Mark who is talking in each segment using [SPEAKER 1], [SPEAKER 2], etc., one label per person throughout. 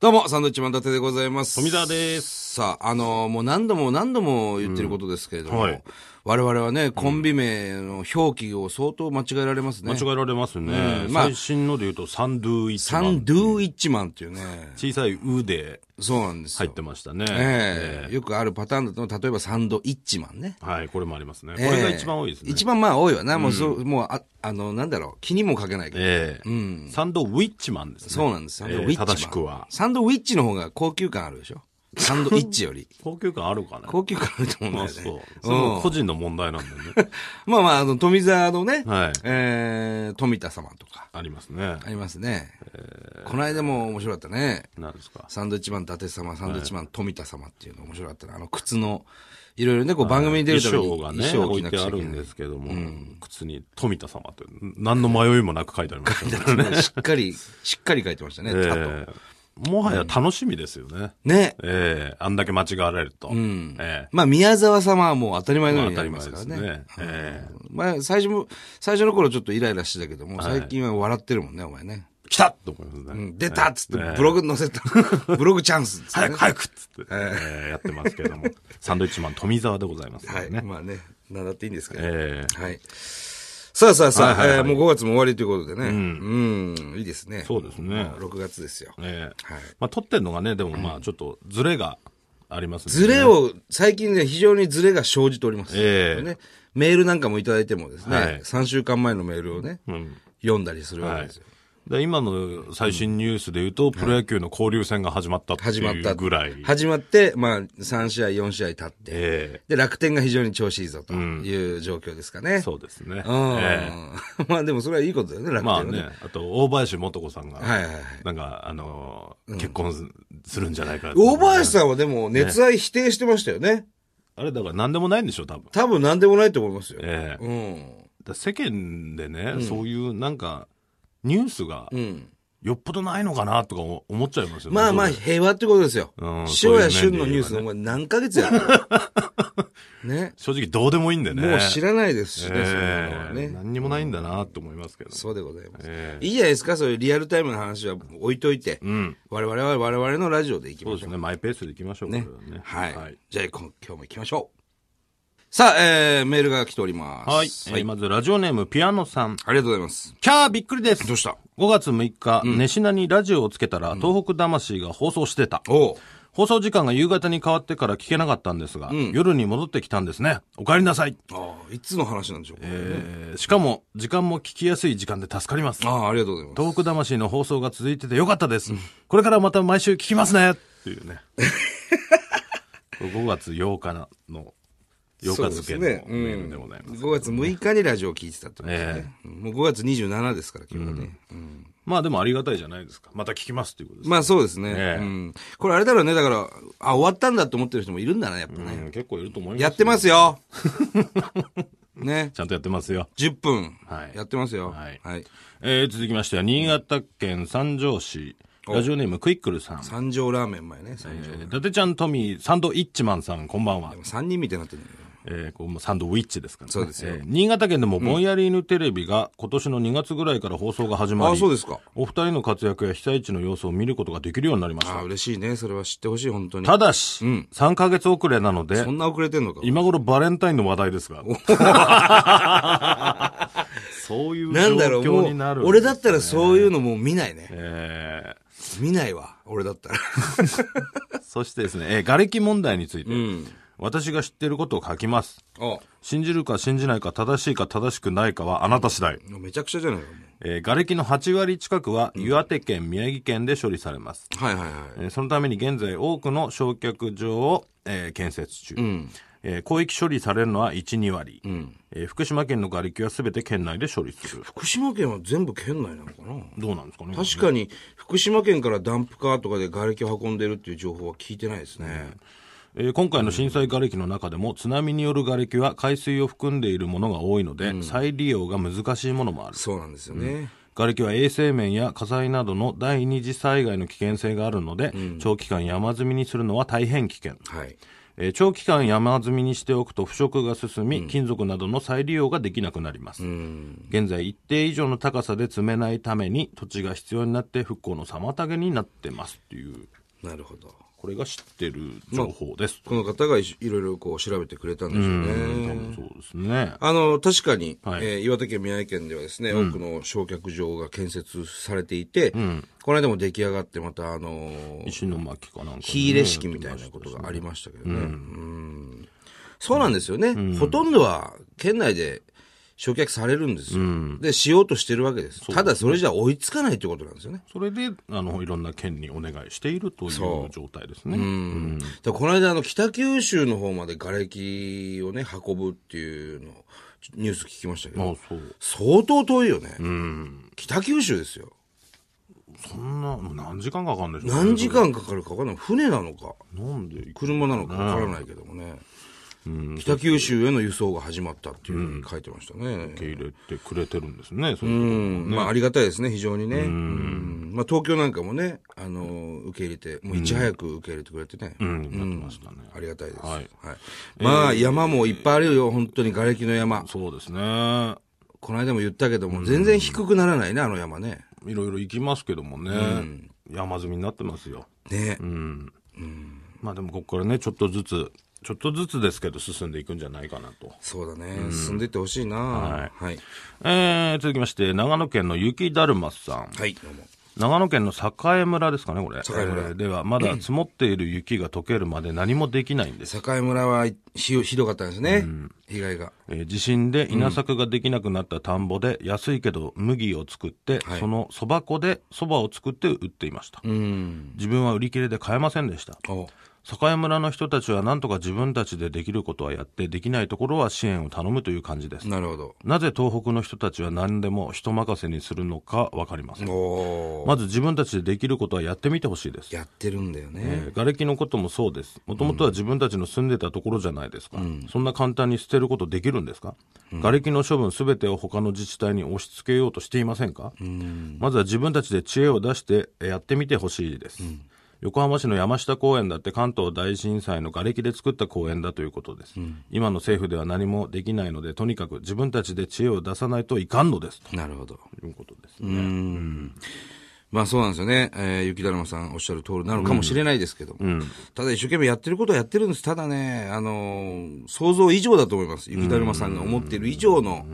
[SPEAKER 1] どうも、サンドウィッチマン伊達でございます。
[SPEAKER 2] 富澤です。
[SPEAKER 1] さあ、あのもう何度も何度も言ってることですけれども、
[SPEAKER 2] うんはい
[SPEAKER 1] 我々はね、コンビ名の表記を相当間違えられますね。
[SPEAKER 2] 間違えられますね。
[SPEAKER 1] うんまあ
[SPEAKER 2] 最新ので言うと、サンドゥイッチ
[SPEAKER 1] サ
[SPEAKER 2] マン。
[SPEAKER 1] ンドゥイッチマンっていうね、
[SPEAKER 2] 小さいウで
[SPEAKER 1] そうなんです
[SPEAKER 2] 入
[SPEAKER 1] よ。
[SPEAKER 2] ってましたね。
[SPEAKER 1] ええ
[SPEAKER 2] え
[SPEAKER 1] よくあるパターンだと、例えばサンドイッチマンね。
[SPEAKER 2] えはい、これもありますね。こ
[SPEAKER 1] ええ
[SPEAKER 2] れが一番多いですね。
[SPEAKER 1] 一番まあ多いわな。もうそう、もう、あ、あの、なんだろう、気にもかけないけど。
[SPEAKER 2] ええサンドウィッチマンですね。
[SPEAKER 1] そうなんです。サンドウィ
[SPEAKER 2] え
[SPEAKER 1] ッ
[SPEAKER 2] え
[SPEAKER 1] チマン。
[SPEAKER 2] 正しくは。
[SPEAKER 1] サンドウィッチの方が高級感あるでしょ。サンドイッチよ り。
[SPEAKER 2] 高級感あるかね。
[SPEAKER 1] 高級感あると思うんだよ
[SPEAKER 2] あ
[SPEAKER 1] ね。
[SPEAKER 2] そう。
[SPEAKER 1] う
[SPEAKER 2] それ
[SPEAKER 1] ん
[SPEAKER 2] も個人の問題なんだよ ね。
[SPEAKER 1] まあまあ、あの、富澤のね、
[SPEAKER 2] はい
[SPEAKER 1] えー、富田様とか、
[SPEAKER 2] ありますね。
[SPEAKER 1] ありますね。この間も面白かったね。
[SPEAKER 2] なんですか。
[SPEAKER 1] サンドイッチマン伊達様、サンドイッチマン富田様っていうの面白かったね。あの、靴の、いろいろね、こう番組に出るために
[SPEAKER 2] 衣装がね、
[SPEAKER 1] を
[SPEAKER 2] 置
[SPEAKER 1] 着
[SPEAKER 2] い
[SPEAKER 1] な
[SPEAKER 2] て
[SPEAKER 1] くちゃ
[SPEAKER 2] あ
[SPEAKER 1] いけ
[SPEAKER 2] る
[SPEAKER 1] ない
[SPEAKER 2] んですけども、靴に富田様って、何の迷いもなく書いてありましたね。
[SPEAKER 1] しっか り、しっかり書いてましたね。あと
[SPEAKER 2] ええもはや楽しみですよね。
[SPEAKER 1] ね。
[SPEAKER 2] ええあんだけ間違われると。ええ
[SPEAKER 1] まあ、宮沢様はもう当たり前のよう
[SPEAKER 2] まあ
[SPEAKER 1] に
[SPEAKER 2] 当
[SPEAKER 1] や
[SPEAKER 2] た
[SPEAKER 1] り
[SPEAKER 2] り
[SPEAKER 1] ますか
[SPEAKER 2] 前で
[SPEAKER 1] らね。
[SPEAKER 2] すね。ええ
[SPEAKER 1] まあ、最初も、最初の頃ちょっとイライラしてたけども、最近は笑ってるもんね、お前ね。
[SPEAKER 2] 来たと思います
[SPEAKER 1] う
[SPEAKER 2] ね。
[SPEAKER 1] ん出たっつって
[SPEAKER 2] ええ、
[SPEAKER 1] ブログ載 せた。ブログチャンスっつってね
[SPEAKER 2] 早く早くっつって、ええやってますけど も。サンドイッチマン富澤でございますか
[SPEAKER 1] は
[SPEAKER 2] ら
[SPEAKER 1] い。
[SPEAKER 2] ね。
[SPEAKER 1] まあね、なんだっていいんですけど。
[SPEAKER 2] ええ
[SPEAKER 1] はい。さあさあさあ、
[SPEAKER 2] はいはいはい
[SPEAKER 1] えーもう5月も終わりということでね。うん。いいですね。
[SPEAKER 2] そうですね
[SPEAKER 1] もう6月ですよ。
[SPEAKER 2] ええ
[SPEAKER 1] はい
[SPEAKER 2] まあ撮ってんのがね、でもまあちょっとズレがありますね。
[SPEAKER 1] ズレを、最近ね、非常にズレが生じております。
[SPEAKER 2] ええ
[SPEAKER 1] ね、メールなんかもいただいてもですね、
[SPEAKER 2] はい
[SPEAKER 1] 3週間前のメールをね、
[SPEAKER 2] うん
[SPEAKER 1] 読んだりするわけ
[SPEAKER 2] は
[SPEAKER 1] で
[SPEAKER 2] い
[SPEAKER 1] すよ。。
[SPEAKER 2] で今の最新ニュースで言うと、プロ野球の交流戦が始まったって
[SPEAKER 1] 始まっ
[SPEAKER 2] い
[SPEAKER 1] た。
[SPEAKER 2] うぐらい。
[SPEAKER 1] 始まって、まあ、3試合、4試合経って、
[SPEAKER 2] え
[SPEAKER 1] で、楽天が非常に調子いいぞという状況ですかね。
[SPEAKER 2] えそうですね。
[SPEAKER 1] うん
[SPEAKER 2] ええ
[SPEAKER 1] まあでもそれはいいことだよね、楽天
[SPEAKER 2] ま
[SPEAKER 1] は
[SPEAKER 2] あ
[SPEAKER 1] ね。
[SPEAKER 2] ね、あと、大林素子さんが、
[SPEAKER 1] はいはいはい
[SPEAKER 2] なんか、あのー結婚すするんじゃないかって
[SPEAKER 1] 大林さんはでも熱愛否定してましたよね。
[SPEAKER 2] あれ、だから何でもないんでしょ、多分。
[SPEAKER 1] 多分何でもないと思いますよ。
[SPEAKER 2] ええ
[SPEAKER 1] うん。
[SPEAKER 2] だ世間でね、そういう、なんか、ニュースが
[SPEAKER 1] う、ん。
[SPEAKER 2] よっぽどないのかな、とか思思っちゃいますよね。
[SPEAKER 1] まあまあ
[SPEAKER 2] それ
[SPEAKER 1] 平和ってことですよ
[SPEAKER 2] うん。
[SPEAKER 1] 塩や
[SPEAKER 2] そういう
[SPEAKER 1] 旬
[SPEAKER 2] 面で言
[SPEAKER 1] のニュ
[SPEAKER 2] えばね
[SPEAKER 1] ースのお前何ヶ月やるのね。
[SPEAKER 2] 正直どうでもいいんでね。
[SPEAKER 1] もう知らないですしね、そんなの
[SPEAKER 2] え
[SPEAKER 1] は
[SPEAKER 2] え
[SPEAKER 1] ね。
[SPEAKER 2] 何にもないんだな、と思いますけど。
[SPEAKER 1] そうでございます。
[SPEAKER 2] ええ
[SPEAKER 1] いいじゃないですか、そういうリアルタイムの話は置いといて。
[SPEAKER 2] うん。
[SPEAKER 1] 我々は我々のラジオでいき
[SPEAKER 2] そう
[SPEAKER 1] ま
[SPEAKER 2] で
[SPEAKER 1] し
[SPEAKER 2] す
[SPEAKER 1] ょう。
[SPEAKER 2] ね、マイペースでいきましょう、
[SPEAKER 1] ね
[SPEAKER 2] これは。
[SPEAKER 1] はい。
[SPEAKER 2] はい。
[SPEAKER 1] じゃあこ今日も行きましょう。さあ、えー、メールが来ております。
[SPEAKER 2] はい、えーまず、ラジオネーム、ピアノさん。
[SPEAKER 1] ありがとうございます。
[SPEAKER 2] キャーびっくりです
[SPEAKER 1] どうした
[SPEAKER 2] ?5 月6日、寝品にラジオをつけたら、東北魂が放送してた。
[SPEAKER 1] おう。
[SPEAKER 2] 放送時間が夕方に変わってから聞けなかったんですが、夜に戻ってきたんですね。お帰りなさい。
[SPEAKER 1] ああ、いつの話なんでしょうか、
[SPEAKER 2] えーしかも、時間も聞きやすい時間で助かります。
[SPEAKER 1] ああ、ありがとうございます。
[SPEAKER 2] 東北魂の放送が続いててよかったです。これからまた毎週聞きますねっていう ね。5月8日の、8日付のメールでございます。
[SPEAKER 1] 5月6日にラジオを聞いてたってことです
[SPEAKER 2] え
[SPEAKER 1] ね。もう5月27ですから、今日はね。うん
[SPEAKER 2] まあでもありがたいじゃないですか。また聞きますっていうことです。
[SPEAKER 1] まあそうですね、
[SPEAKER 2] ええ
[SPEAKER 1] うん。これあれだろうね、だから、あ、終わったんだと思ってる人もいるんだな、やっぱね。
[SPEAKER 2] うん結構いると思いますよ。
[SPEAKER 1] やってますよ ね。
[SPEAKER 2] ちゃんとやってますよ。
[SPEAKER 1] 10分
[SPEAKER 2] は。い
[SPEAKER 1] やってますよ。は
[SPEAKER 2] はいい。えー続きましては、新潟県三条市、
[SPEAKER 1] お
[SPEAKER 2] ラジオネームクイックルさん。
[SPEAKER 1] 三条ラーメン前ね、三
[SPEAKER 2] え
[SPEAKER 1] 条。
[SPEAKER 2] ー伊達ちゃん、トミー、サンドイッチマンさん、こんばんは。
[SPEAKER 1] 3人みたいになってるんだよ。
[SPEAKER 2] えーこうもうサンドウィッチですから、ね。
[SPEAKER 1] そうですよ
[SPEAKER 2] えー新潟県でもぼんやり犬テレビが今年の2月ぐらいから放送が始まり、
[SPEAKER 1] あそうですか
[SPEAKER 2] お二人の活躍や被災地の様子を見ることができるようになりまし
[SPEAKER 1] ああ、
[SPEAKER 2] た。
[SPEAKER 1] 嬉しいね。それは知ってほしい、本当に。
[SPEAKER 2] ただし、
[SPEAKER 1] ん
[SPEAKER 2] 3ヶ月遅れなので
[SPEAKER 1] そ、んな遅れてんのか。
[SPEAKER 2] 今頃バレンタインの話題です が。そういう
[SPEAKER 1] なんだろう、
[SPEAKER 2] 状
[SPEAKER 1] も
[SPEAKER 2] 況になる、
[SPEAKER 1] う、俺だったらそういうのもう見ないね。
[SPEAKER 2] えー
[SPEAKER 1] 見ないわ、俺だった ら。
[SPEAKER 2] そしてですね、えー、瓦礫問題について、
[SPEAKER 1] ん
[SPEAKER 2] 私が知っていることを書きます。
[SPEAKER 1] あ
[SPEAKER 2] 信じるか信じないか正しいか正しくないかはあなた次第。
[SPEAKER 1] めちゃくちゃじゃないか、もう
[SPEAKER 2] えー、瓦礫の8割近くは岩手県、宮城県で処理されます。
[SPEAKER 1] はいはいはい。
[SPEAKER 2] えーそのために現在多くの焼却場を、えー建設中。えー広域処理されるのは1、2割。えー福島県の瓦礫は全て県内で処理する。
[SPEAKER 1] 福島県は全部県内なのかな
[SPEAKER 2] どうなんですかね
[SPEAKER 1] 確かに、福島県からダンプカーとかで瓦礫を運んでるっていう情報は聞いてないですね。
[SPEAKER 2] えー今回の震災瓦礫の中でも津波による瓦礫は海水を含んでいるものが多いので、再利用が難しいものもある
[SPEAKER 1] そうなんですよね。
[SPEAKER 2] 瓦礫は衛生面や火災などの第二次災害の危険性があるので、長期間山積みにするのは大変危険
[SPEAKER 1] はい。
[SPEAKER 2] えー長期間山積みにしておくと腐食が進み、金属などの再利用ができなくなります、現在一定以上の高さで積めないために土地が必要になって復興の妨げになってますっていう
[SPEAKER 1] なるほど。
[SPEAKER 2] これが知ってる情報です、
[SPEAKER 1] この方がいいろいろこう調べてくれたんでしょうね。
[SPEAKER 2] 多分そうですね
[SPEAKER 1] あの、確かに、
[SPEAKER 2] はい
[SPEAKER 1] えー岩手県、宮城県ではですね、多くの焼却場が建設されていて、この間も出来上がって、また、あのー
[SPEAKER 2] 石巻かなんか、ね、
[SPEAKER 1] 火入れ式みたいなことがありましたけどね。うんそうなんですよね、ほとんどは県内で焼却されるんですよ。で、しようとしてるわけです。ただそれじゃ追いつかないということなんですよね。
[SPEAKER 2] それであのいろんな県にお願いしているという
[SPEAKER 1] そう
[SPEAKER 2] 状態ですね
[SPEAKER 1] うんだからこの間、あの、北九州の方まで瓦礫をね、運ぶっていうのを、ちょニュース聞きましたけ
[SPEAKER 2] まあ
[SPEAKER 1] ど、
[SPEAKER 2] そう
[SPEAKER 1] 相当遠いよね。北九州ですよ。
[SPEAKER 2] そんなもう何時間かかるんでしょうね
[SPEAKER 1] 何時間かかるか分からない。船なのか、
[SPEAKER 2] なんで行く
[SPEAKER 1] 車なのか分からないけどもね。北九州への輸送が始まったっていうふうに書いてましたね。
[SPEAKER 2] 受け入れてくれてるんですねそう
[SPEAKER 1] う
[SPEAKER 2] いうとこ
[SPEAKER 1] ん、まあありがたいですね、非常にね。うんまあ東京なんかもね、あのー受け入れて、もういち早く受け入れてくれてね。
[SPEAKER 2] うんなってましたね、
[SPEAKER 1] ありがたいです。は
[SPEAKER 2] はいい。
[SPEAKER 1] まあ、山もいっぱいあるよ、本当に、瓦礫の山。
[SPEAKER 2] そうですね
[SPEAKER 1] この間も言ったけども、全然低くならないね、あの山ね。
[SPEAKER 2] いろいろ行きますけどもね、山積みになってますよ
[SPEAKER 1] ね。
[SPEAKER 2] まあでもここからねちょっとずつちょっとずつですけど進んでいくんじゃないかなと
[SPEAKER 1] そうだね。進んでいってほしいな。は。
[SPEAKER 2] はい
[SPEAKER 1] はい。
[SPEAKER 2] えー、続きまして長野県の雪だるまさん
[SPEAKER 1] どうも
[SPEAKER 2] 長野県の栄村ですかね、これ。
[SPEAKER 1] 栄村
[SPEAKER 2] えーでは、まだ積もっている雪が溶けるまで何もできないんです。
[SPEAKER 1] 境村はひひどかったんですね。被害が。
[SPEAKER 2] えー地震で稲作ができなくなった田んぼで、安いけど麦を作って、
[SPEAKER 1] はい
[SPEAKER 2] そのそば粉でそばを作って売っていました。
[SPEAKER 1] うん。
[SPEAKER 2] 自分は売り切れで買えませんでした。
[SPEAKER 1] お
[SPEAKER 2] 栄村の人たちは何とか自分たちでできることはやって、できないところは支援を頼むという感じです。
[SPEAKER 1] なるほど。
[SPEAKER 2] なぜ東北の人たちは何でも人任せにするのかわかりません。
[SPEAKER 1] おー
[SPEAKER 2] まず自分たちでできることはやってみてほしいです。
[SPEAKER 1] やってるんだよ
[SPEAKER 2] え
[SPEAKER 1] ね。
[SPEAKER 2] ー瓦礫のこともそうです。もともとは自分たちの住んでたところじゃないですか。そんな簡単に捨てることできるんですか、瓦礫の処分すべてを他の自治体に押し付けようとしていませんか、まずは自分たちで知恵を出してえーやってみてほしいです。横浜市の山下公園だって関東大震災の瓦礫で作った公園だということです、今の政府では何もできないので、とにかく自分たちで知恵を出さないといかんのです。
[SPEAKER 1] なるほど。
[SPEAKER 2] ということですね。
[SPEAKER 1] まあそうなんですよね。えー雪だるまさんおっしゃる通りなのかもしれないですけども。ただ一生懸命やってることはやってるんです。ただね、あのー想像以上だと思います。雪だるまさんが思っている以上の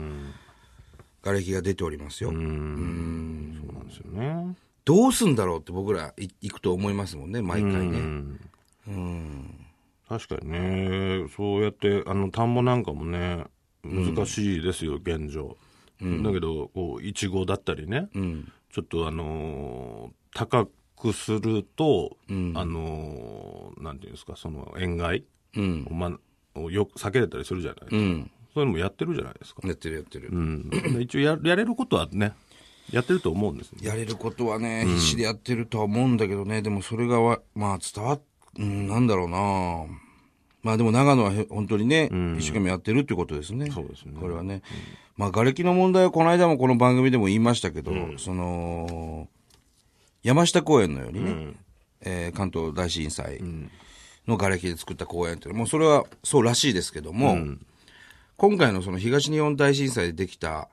[SPEAKER 1] 瓦礫が出ておりますよ。
[SPEAKER 2] そうなんですよね。
[SPEAKER 1] どうすんだろうって僕らい行くと思いますもんね、毎回ね。
[SPEAKER 2] 確かにねそうやってあの田んぼなんかもね難しいですよ、現状、だけどこういちごだったりね、ちょっとあのー高くすると、あのーなんていうんですかその塩害
[SPEAKER 1] うん。
[SPEAKER 2] を,、ま、をよ避けれたりするじゃないですか、
[SPEAKER 1] うん。
[SPEAKER 2] そういうのもやってるじゃないですか、
[SPEAKER 1] やってるやってる。
[SPEAKER 2] うん、一応ややれることはねやってると思うんですね
[SPEAKER 1] やれることはね、必死でやってるとは思うんだけどね、でもそれがわ、まあ伝わっ、うん、なんだろうなまあでも長野はへ本当にね、一生懸命やってるってことですね。
[SPEAKER 2] そうですね
[SPEAKER 1] これはね。まあ瓦礫の問題はこの間もこの番組でも言いましたけど、その、山下公園のようにね、えー関東大震災の瓦礫で作った公園っていうのはもうそれはそうらしいですけども、今回のその東日本大震災でできた、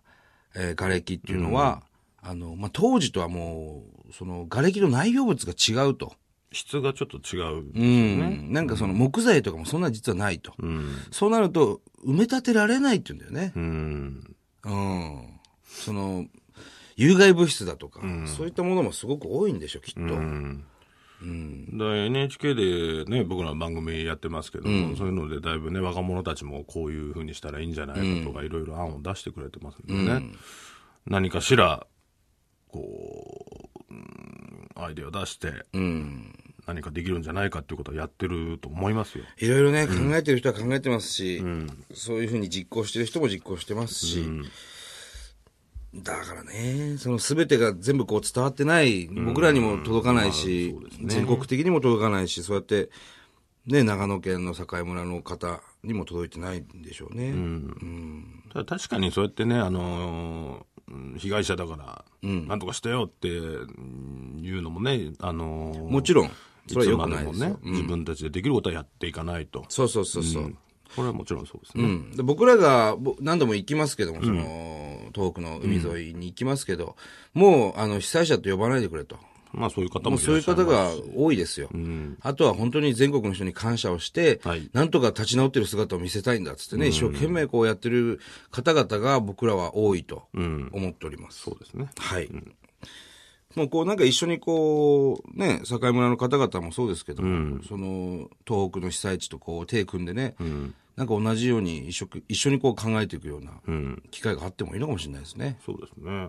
[SPEAKER 1] えー、瓦礫っていうのは、あの、まあ、当時とはもう、その瓦礫の内容物が違うと。
[SPEAKER 2] 質がちょっと違う、
[SPEAKER 1] うん。なんかその木材とかもそんな実はないと。そうなると、埋め立てられないって言うんだよね。
[SPEAKER 2] うん、
[SPEAKER 1] うん。その、有害物質だとか、そういったものもすごく多いんでしょ、きっと。
[SPEAKER 2] だから NHK でね、僕ら番組やってますけども、そういうのでだいぶね、若者たちもこういうふうにしたらいいんじゃないかとか、いろいろ案を出してくれてますんでね、何かしら、こう、うんアイデアを出して、何かできるんじゃないかっていうことはやってると思いますよ。
[SPEAKER 1] いろいろね、考えてる人は考えてますし、そういうふうに実行してる人も実行してますし、だからね、その全てが全部こう伝わってない、僕らにも届かないし、
[SPEAKER 2] まあそうですね
[SPEAKER 1] 全国的にも届かないし、そうやって、ね、長野県の境村の方にも届いてないんでしょうね。
[SPEAKER 2] ただ確かにそうやってね、あのーうん被害者だから、なんとかしてよってうん言うのもね、あのー
[SPEAKER 1] もちろん、それは良くない
[SPEAKER 2] つ
[SPEAKER 1] で
[SPEAKER 2] ますでも
[SPEAKER 1] よ
[SPEAKER 2] ね、自分たちでできることはやっていかないと。
[SPEAKER 1] そうそうそうそう。うん
[SPEAKER 2] これはもちろんそうですね。
[SPEAKER 1] で僕らがぼ何度も行きますけども、その、東北の海沿いに行きますけど、もう、あの、被災者と呼ばないでくれと。
[SPEAKER 2] まあそういう方
[SPEAKER 1] も
[SPEAKER 2] も
[SPEAKER 1] う
[SPEAKER 2] い
[SPEAKER 1] そうい
[SPEAKER 2] ら
[SPEAKER 1] う
[SPEAKER 2] っしゃい
[SPEAKER 1] 方
[SPEAKER 2] ます
[SPEAKER 1] が多いですよ。あとは本当に全国の人に感謝をして、
[SPEAKER 2] はい
[SPEAKER 1] なんとか立ち直ってる姿を見せたいんだっつってね、一生懸命こうやってる方々が僕らは多いと思っております。
[SPEAKER 2] そうですね。
[SPEAKER 1] はい。もうこうなんか一緒にこう、ね、境村の方々もそうですけども、その東北の被災地とこう手組んでね、なんか同じように一緒く一緒にこう考えていくような機会があってもいいのかもしれないですね。
[SPEAKER 2] そうですね。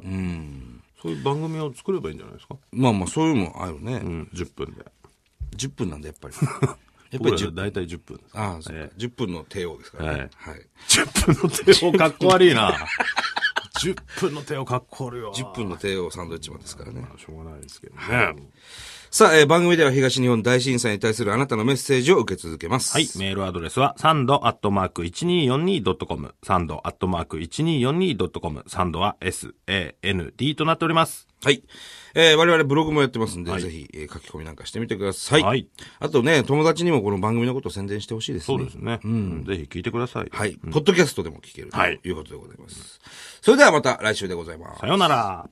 [SPEAKER 2] そういう番組を作ればいいんじゃないですか。
[SPEAKER 1] まあまあそういうのもあるね。
[SPEAKER 2] うん、10分で。
[SPEAKER 1] 10分なんだや っぱり。やっぱ
[SPEAKER 2] 僕
[SPEAKER 1] り
[SPEAKER 2] ら
[SPEAKER 1] 10
[SPEAKER 2] 大体10分です。
[SPEAKER 1] ああ、そうか。10分の帝王ですからね。はい。
[SPEAKER 2] 10分の手をかっこ悪いな。10分の手をかっこ悪いわ。
[SPEAKER 1] 10分の帝王サンドイッチマンですからね。
[SPEAKER 2] しょうがないですけどね。
[SPEAKER 1] さあ、えー番組では東日本大震災に対するあなたのメッセージを受け続けます。
[SPEAKER 2] はい。メールアドレスは、サンドアットマーク 1242.com。サンドアットマーク 1242.com。サンドは SAND となっております。
[SPEAKER 1] はい。えー我々ブログもやってますんで、ぜひ、えー書き込みなんかしてみてください。
[SPEAKER 2] はい
[SPEAKER 1] あとね、友達にもこの番組のことを宣伝してほしいですね。
[SPEAKER 2] そうですね。ぜひ聞いてください。
[SPEAKER 1] はい。ポッドキャストでも聞けると
[SPEAKER 2] はい
[SPEAKER 1] いうことでございます。それではまた来週でございます
[SPEAKER 2] さ。ようなら。